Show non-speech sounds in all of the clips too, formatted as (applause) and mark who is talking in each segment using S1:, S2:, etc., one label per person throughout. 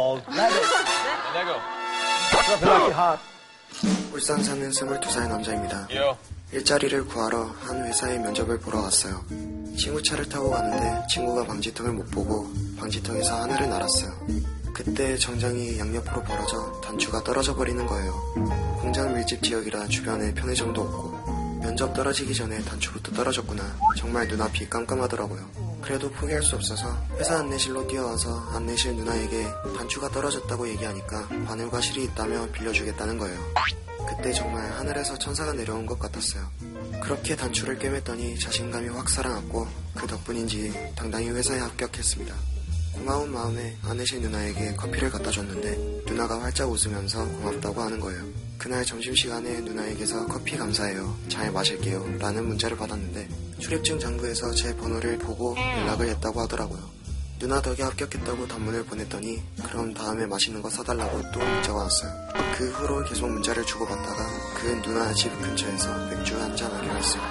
S1: go. Let go.
S2: 울산 사는 22살 남자입니다.
S1: Yo.
S2: 일자리를 구하러 한 회사에 면접을 보러 왔어요. 친구 차를 타고 가는데 친구가 방지턱을 못 보고 방지턱에서 하늘을 날았어요. 그때 정장이 양옆으로 벌어져 단추가 떨어져 버리는 거예요. 공장 밀집 지역이라 주변에 편의점도 없고 면접 떨어지기 전에 단추부터 떨어졌구나. 정말 눈앞이 깜깜하더라고요. 그래도 포기할 수 없어서 회사 안내실로 뛰어와서 안내실 누나에게 단추가 떨어졌다고 얘기하니까 바늘과 실이 있다며 빌려주겠다는 거예요. 그때 정말 하늘에서 천사가 내려온 것 같았어요. 그렇게 단추를 꿰맸더니 자신감이 확 살아났고 그 덕분인지 당당히 회사에 합격했습니다. 고마운 마음에 아내신 누나에게 커피를 갖다 줬는데 누나가 활짝 웃으면서 고맙다고 하는 거예요. 그날 점심시간에 누나에게서 커피 감사해요. 잘 마실게요. 라는 문자를 받았는데 출입증 장부에서 제 번호를 보고 연락을 했다고 하더라고요. 누나 덕에 합격했다고 단문을 보냈더니 그럼 다음에 맛있는 거 사달라고 또 문자가 왔어요. 그 후로 계속 문자를 주고받다가 그 누나 집 근처에서 맥주 한잔 하기로 했어요.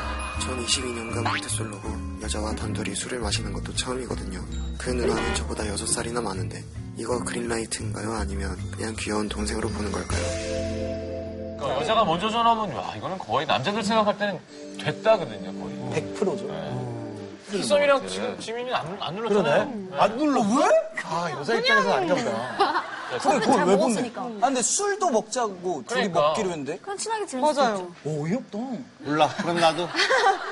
S2: 전 22년간 모태솔로고 여자와 단둘이 술을 마시는 것도 처음이거든요. 그 누나는 저보다 6살이나 많은데 이거 그린라이트인가요? 아니면 그냥 귀여운 동생으로 보는 걸까요?
S1: 그러니까 여자가 먼저 전화 오면 와 이거는 거의 남자들 생각할 때는 됐다거든요
S3: 음.
S1: 거의.
S3: 100%죠. 음.
S1: 희성이랑 지금 지민이 안, 안 눌렀잖아요.
S4: 안 눌러. 왜?
S3: 아, 여자 입장에서 아닌가 보다.
S5: 커피 잘
S4: 왜
S5: 먹었으니까.
S4: 아, 근데 술도 먹자고 둘이
S1: 그러니까.
S4: 먹기로 했는데?
S5: 그럼 친하게 지낼 수 있죠.
S4: 오, 어이없다.
S6: 몰라. 그럼 나도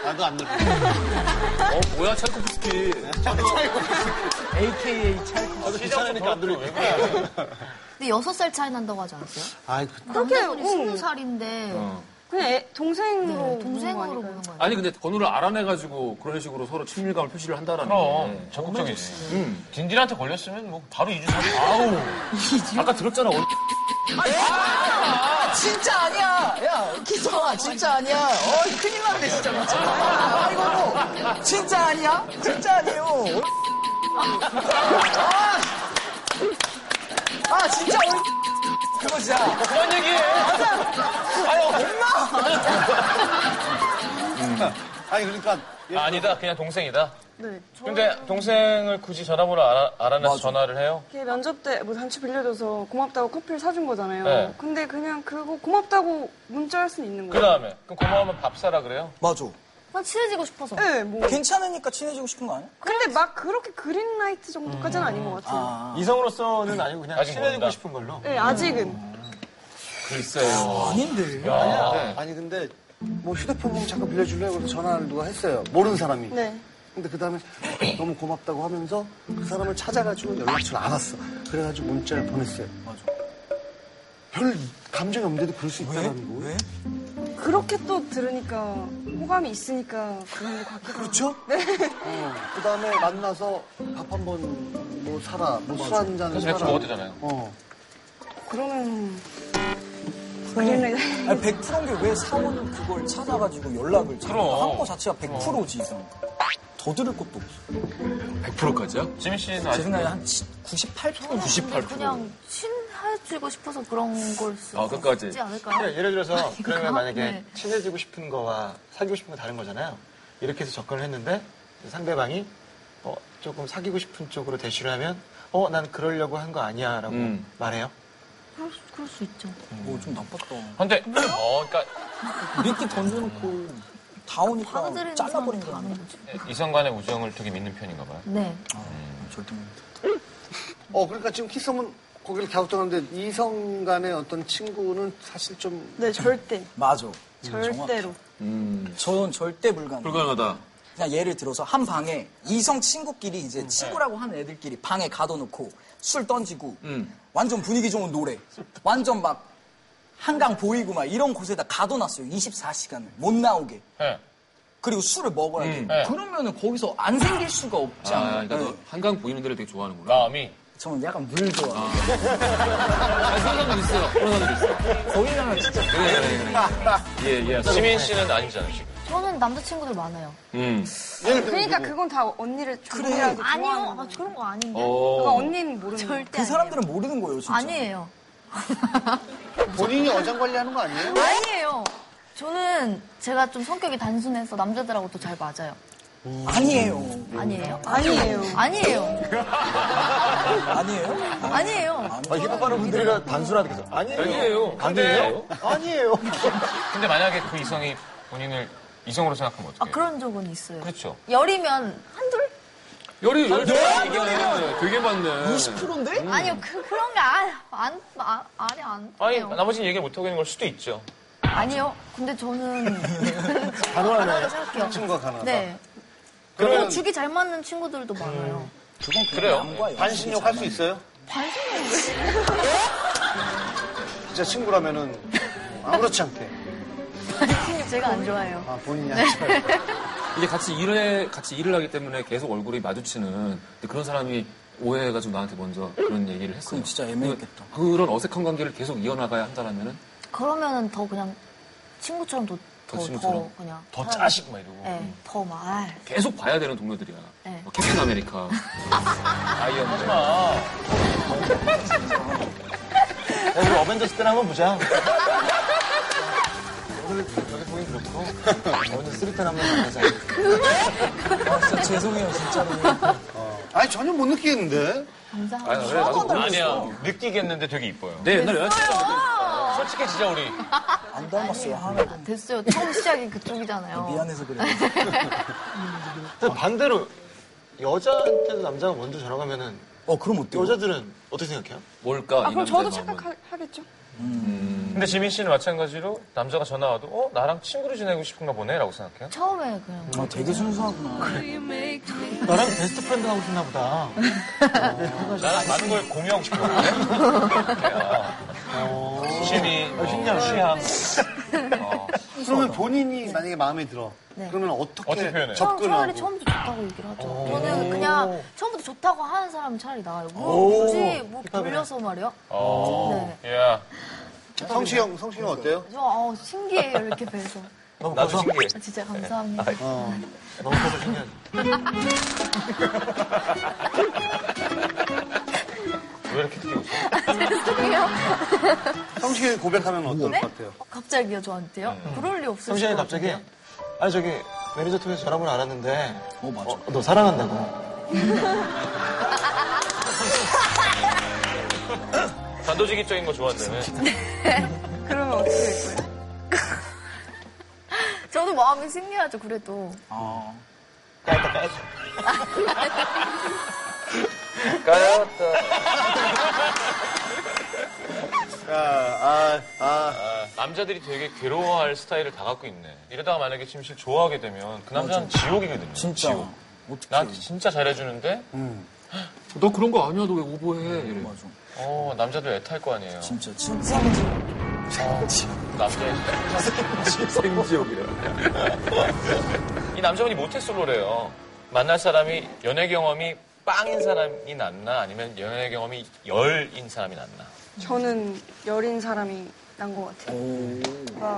S6: 나도 안 넣을 거야.
S1: 어 뭐야
S3: (laughs)
S1: 찰코프스키.
S3: AKA 찰
S1: 아, 시작하니까 안 눌러 왜 그래?
S5: 근데 여섯 살 차이 난다고 하지 않았어요?
S6: 아이 그
S5: 남자분이
S7: 응.
S5: 스무 살인데
S7: 그냥 애- 동생으로
S5: 네, 동생으로 보는 거예요.
S8: 아니 근데 번호를 알아내가지고 그런 식으로 서로 친밀감을 표시를 한다라는
S3: 네.
S1: 그럼 적극적이지.
S3: 음.
S1: 음. 딘딘한테 걸렸으면 뭐 바로 이주 사.
S8: 아우 아까 들었잖아 원-
S4: 아, 진짜 아니야. 야, 기성아, 진짜 아니야. 어, 이 큰일 났네, 진짜. 진짜. 아이고, 진짜 아니야? 진짜 아니에요. 어, 아, 아, 진짜 어이. 그거 진짜.
S1: 그런 얘기해.
S6: 아니 그러니까
S3: 예.
S1: 아, 니다 그냥 동생이다.
S7: 네.
S1: 근데 동생을 굳이 전화번호 알아, 알아내서 전화를 해요?
S7: 걔 면접 때 뭐 단추 빌려줘서 고맙다고 커피를 사준 거잖아요.
S1: 네.
S7: 근데 그냥 그거 고맙다고 문자할 수는 있는
S1: 그
S7: 거예요.
S1: 다음에 그럼 고마우면 밥 사라 그래요?
S4: 맞아.
S5: 그냥 친해지고 싶어서.
S7: 네, 뭐.
S4: 괜찮으니까 친해지고 싶은 거 아니야?
S7: 근데 막 그렇게 그린라이트 정도까지는 아닌 것 같아요.
S3: 이성으로서는 아니고 그냥
S1: 아직
S3: 친해지고
S1: 모른다.
S3: 싶은 걸로.
S7: 네, 아직은.
S1: 글쎄요.
S4: 아닌데.
S6: 아니 근데 뭐 휴대폰 좀 잠깐 빌려줄래? 그래서 전화를 누가 했어요. 모르는 사람이.
S7: 네.
S6: 근데 그 다음에 너무 고맙다고 하면서 그 사람을 찾아가지고 연락처를 알았어. 그래가지고 문자를 보냈어요. 맞아. 별 감정이 없는데도 그럴 수 있다는 거.
S4: 왜?
S7: 그렇게 또 들으니까 호감이 있으니까 그런 것 같기도 하고.
S4: 그렇죠?
S6: 그 다음에 만나서 밥 한 번 뭐 사라, 뭐 술 한 잔
S1: 그래서
S6: 사라.
S1: 맥주 먹었대잖아요.
S6: 어.
S7: 그러면.
S5: (laughs)
S7: 그린라이트.
S4: 아니, 100%인 게 왜 사원 그걸 찾아가지고 연락을 찾아? 한거 자체가 100%지, 이상. 더 들을 것도 없어.
S8: 100%까지야?
S1: 지민 씨는
S4: 제
S1: 아직
S4: 생각에 한 98%?
S5: 근데 그냥 친해지고 싶어서 그런 걸 수도
S8: 아, 끝까지.
S5: 있지 않을까요?
S3: 예를 들어서 그러면 만약에
S5: 네.
S3: 친해지고 싶은 거와 사귀고 싶은 거 다른 거잖아요. 이렇게 해서 접근을 했는데 상대방이 어, 조금 사귀고 싶은 쪽으로 대시를 하면 어, 난 그러려고 한 거 아니야 라고
S8: 음.
S3: 말해요.
S5: 그럴, 수- 그럴 수 있죠.
S4: 뭐, 좀 나빴다.
S1: 근데 어, 그러니까
S4: 미끼 던져놓고 다 오니까
S5: 받아들이는 사람은
S4: 잘라버린 거
S5: 다
S4: 아니야?
S5: 아니겠죠.
S1: 이성 간의 우정을 되게 믿는 편인가 봐요.
S5: 네.
S4: 절대 못.
S6: 어, 그러니까 지금 키썸은 거기를 갸우뚱하는데 이성 간의 어떤 친구는 사실 좀
S7: 네, 절대.
S4: 맞아.
S7: 절대로.
S4: 저는 절대 불가능.
S8: 불가능하다
S4: 그냥 예를 들어서 한 방에 이성 친구끼리 이제 친구라고 하는 애들끼리 방에 가둬놓고 술 던지고
S8: 음.
S4: 완전 분위기 좋은 노래 완전 막 한강 보이고 막 이런 곳에다 가둬놨어요. 24시간을 못 나오게.
S1: 예.
S4: 그리고 술을 먹어야 돼.
S8: 음,
S1: 네.
S4: 그러면은 거기서 안 생길 수가 없지
S8: 아
S4: 않아요?
S8: 그러니까 너
S4: 네.
S8: 한강 보이는 데를 되게 좋아하는구나
S1: 마음이.
S4: 저는 약간 물 좋아. 해
S8: 아, 그런 사람도 있어요 그런 사람도 있어
S4: 거기 가면 진짜
S8: 그래 그래 그래 예예
S1: 지민 씨는 아니잖아요, 지금.
S5: 저는 남자친구들 많아요.
S8: 음.
S7: 그러니까 그건 다 언니를 조금이라도
S5: 아니요.
S7: 좋아하는
S5: 아,
S7: 거예요.
S5: 그런 거 아닌데.
S7: 그거
S8: 음어
S7: 언니는 모르는 거예요.
S5: 절대
S4: 그
S5: 아니에요.
S4: 사람들은 모르는 거예요, 진짜.
S5: 아니에요.
S6: 본인이 어장관리하는 거 아니에요?
S5: 아니에요. 저는 제가 좀 성격이 단순해서 남자들하고도 잘 맞아요.
S4: 아니에요.
S5: 아니에요?
S7: 아니에요.
S5: 아니에요.
S4: 아니에요?
S5: 아니에요.
S3: 아, 힙합하는 분들이가 단순하게 계속 아니에요.
S8: 아니에요.
S3: 아니에요. 아니에요.
S1: 근데 만약에 그 이성이 본인을 이성으로 생각하면
S5: 아,
S1: 어떡해요?
S5: 그런 적은 있어요.
S1: 그렇죠.
S5: 열이면 한둘?
S8: 열이 열이 얘기하네. 되게 많네.
S4: 20%인데?
S5: 아니요, 그, 그런 게 안, 안, 아, 아니, 안.
S1: 아니,
S5: 돼요.
S1: 나머지는 얘기를 못하고 있는 걸 수도 있죠.
S5: 아니요. 근데 저는 가능하다고 생각해요.
S6: 친구가 가능하다.
S5: 네. 그리고 죽이 잘 맞는 친구들도 많아요.
S4: 그건
S1: 그래요.
S6: 반신욕 할 수 있어요? 반신욕? 진짜 친구라면은 아무렇지 않게.
S5: 친구 (laughs) 제가 안 좋아해요.
S6: 아, 본인이 하시라고.
S8: 이게 같이 일을 같이 일을 하기 때문에 계속 얼굴이 마주치는 근데 그런 사람이 오해가 좀 나한테 먼저 그런 얘기를 했어요.
S4: 그럼 진짜 애매했겠다. (laughs)
S8: 그- 그런 어색한 관계를 계속 이어나가야 한다라면은
S5: 그러면은 더 그냥 친구처럼 더, 더,
S8: 더
S5: 더
S8: 친구처럼?
S5: 그냥.
S1: 더
S5: 사람-
S1: 짜식 막 이러고.
S5: 네, 더 막. 아이,
S8: 계속 봐야 되는 동료들이야.
S5: 네.
S8: 뭐 캡틴 아메리카, 아이언맨.
S3: 어, 우리 어벤져스 때나 한번 보자. 여기, 여기 보긴 그렇고. 어벤져스 3 때나 한번 보자.
S4: 진짜 죄송해요, 진짜로.
S6: 아니, 전혀 못 느끼겠는데.
S5: 감사합니다.
S8: 아니, 그래, 나도
S1: 아니야. 느끼겠는데 되게 이뻐요.
S8: 내 네, 옛날 여자친구
S1: 솔직히 진짜 우리
S4: 안 닮았어요, 아. 하나도.
S5: 아, 됐어요. 처음 시작이 그쪽이잖아요.
S4: 미안해서 (laughs) 그래요.
S3: 근데 반대로 여자한테도 남자가 먼저 전화 가면은
S4: 어, 그럼 어때요?
S3: 여자들은 어떻게 생각해요?
S8: 뭘까?
S7: 아,
S8: 이
S7: 그럼
S8: 남자의
S7: 저도
S8: 마음은.
S7: 착각하겠죠?
S1: 근데 지민 씨는 마찬가지로 남자가 전화 와도 어 나랑 친구로 지내고 싶은가 보네라고 생각해요.
S5: 처음에 그냥.
S4: 아, 되게 순수하구나.
S3: 나랑 베스트 프렌드 하고 싶나 보다.
S1: 나랑 많은 걸 공유하고 싶은
S3: (laughs)
S1: 거 같아요. 취미,
S3: 어,
S1: 뭐, 취향. 어.
S6: 그러면 본인이 만약에 마음에 들어.
S5: 네.
S6: 그러면 어떻게,
S1: 어떻게 표현해요?
S5: 처음, 차라리
S6: 접근하고.
S5: 처음부터 좋다고 얘기를 하죠. 저는 그냥 처음부터 좋다고 하는 사람이 차라리 나아요. 뭐
S3: 오.
S5: 굳이 뭐 돌려서 말이야? 네.
S1: 야,
S6: 성시 형, 성시 형 어때요?
S5: 저 어, 신기해요, 이렇게 뵈서.
S3: 너무
S1: 나도
S3: 커서?
S1: 신기해.
S5: 아, 진짜 감사합니다.
S3: 너무 커서 신기하지.
S1: 왜 이렇게 듣고 있어?
S5: 죄송해요. (laughs)
S6: 성시 형이 고백하면 어떨 것 같아요?
S5: 어, 갑자기요, 저한테요? 그럴 리 없을
S3: 성시현이
S5: 것
S3: 갑자기
S5: 같은데요?
S3: 아니 저기 매니저 통해서 전화번호 알았는데
S4: 어, 맞아.
S3: 어, 너 사랑한다고.
S1: 단도직입적인 거 좋아한다며.
S7: 그러면 어떻게 될 거예요?
S5: 저도 마음이 신기하죠, 그래도.
S4: 아.
S3: 까였다 까였다.
S1: 까였다.
S6: 아, 아, 아.
S1: 아, 남자들이 되게 괴로워할 스타일을 다 갖고 있네. 이러다가 만약에 지민 씨를 좋아하게 되면 그 남자는 지옥이거든요.
S4: 진짜.
S1: 지옥.
S4: 어떻게.
S1: 나한테 진짜 잘해주는데
S8: 너 그런 거 아니야? 너 왜 오버해? 이래.
S4: 맞아.
S1: 어 남자도 애탈 거 아니에요.
S4: 진짜. 진짜.
S1: 남자
S8: 생지옥이라.
S1: 이 남자분이 모태솔로래요. 만날 사람이 연애 경험이 빵인 사람이 낫나 아니면 연애 경험이 열인 사람이 낫나?
S7: 저는 여린 사람이 난 것 같아요.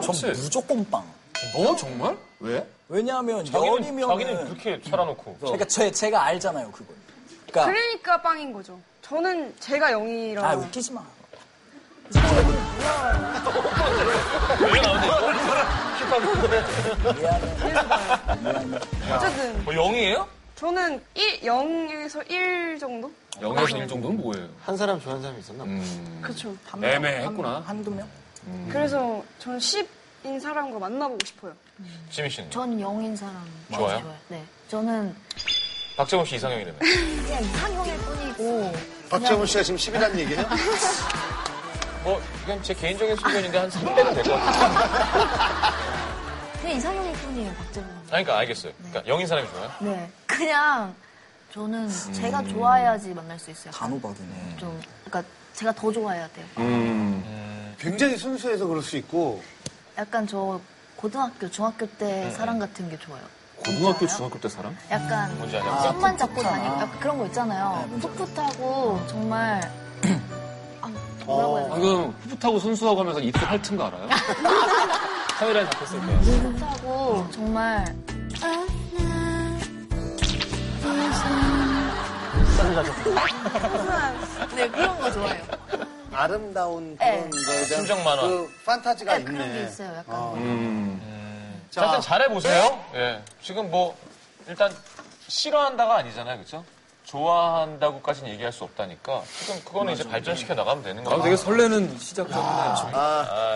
S4: 전 무조건 빵.
S1: 어,
S8: 뭐 정말? 왜?
S4: 왜냐하면
S1: 자기는,
S4: 열이면은.
S1: 자기는 그렇게 어. 살아놓고
S4: 그러니까 제, 제가 알잖아요, 그걸. 그러니까.
S7: 그러니까 빵인 거죠. 저는 제가 영이라.
S4: 아, 웃기지 마.
S7: 어쨌든
S1: 뭐 영이에요?
S7: 저는 1, 0에서 1 정도?
S8: 0에서 1 정도는 뭐예요?
S3: 한 사람 좋아하는 사람이 있었나? 봐.
S7: 그렇죠.
S8: 애매했구나.
S4: 한두 명?
S7: 그래서 저는 10인 사람과 만나보고 싶어요.
S1: 지민 씨는
S5: 전 영인 사람.
S1: 좋아요?
S5: 네. 저는
S1: 박재범 씨 이상형이라며.
S5: 그냥 이상형일 뿐이고.
S6: 박재훈 씨가 지금 10이란 얘기예요?
S1: 뭐 이건 제 개인적인 소견인데 한 3대는 될 것 같아요.
S5: 그냥 이상형일 뿐이에요, 박재범.
S1: 아니, 그러니까 알겠어요. 그러니까 영인 사람이 좋아요?
S5: 네. 그냥 저는 제가 좋아해야지 만날 수 있어요.
S4: 간호박이네.
S5: 좀. 그러니까 제가 더 좋아해야 돼요.
S6: (laughs) 굉장히 순수해서 그럴 수 있고.
S5: 약간 저 고등학교, 중학교 때
S8: 음,
S5: 사랑 같은 게 좋아요.
S8: 고등학교, 중학교 때 사람?
S5: 약간
S1: 뭔지 아냐?
S5: 손만 잡고 다니고 네, 약간 그런 거 있잖아요. 풋풋하고 (clears throat) 정말 아, 뭐라고 해야 되나?
S8: 방금 어, 풋풋하고 순수하고 하면서 입술 핥은 거
S5: (laughs)
S8: 알아요? 카메라에 잡혔을 거야.
S5: 풋풋하고 정말 (laughs) 네 그런 거 좋아해요.
S6: 아름다운
S5: 네.
S6: 그런 거에 대한
S1: 심정 만화.
S6: 그 판타지가
S5: 네,
S6: 있네.
S5: 그런 게 있어요. 약간
S6: 어.
S1: 자, 일단 잘해보세요. 예. 지금 뭐 일단 싫어한다가 아니잖아요, 그렇죠? 좋아한다고까지는 얘기할 수 없다니까. 지금 그거는 이제 발전시켜 나가면 되는 거예요.
S8: 되게 설레는 시작이었네요.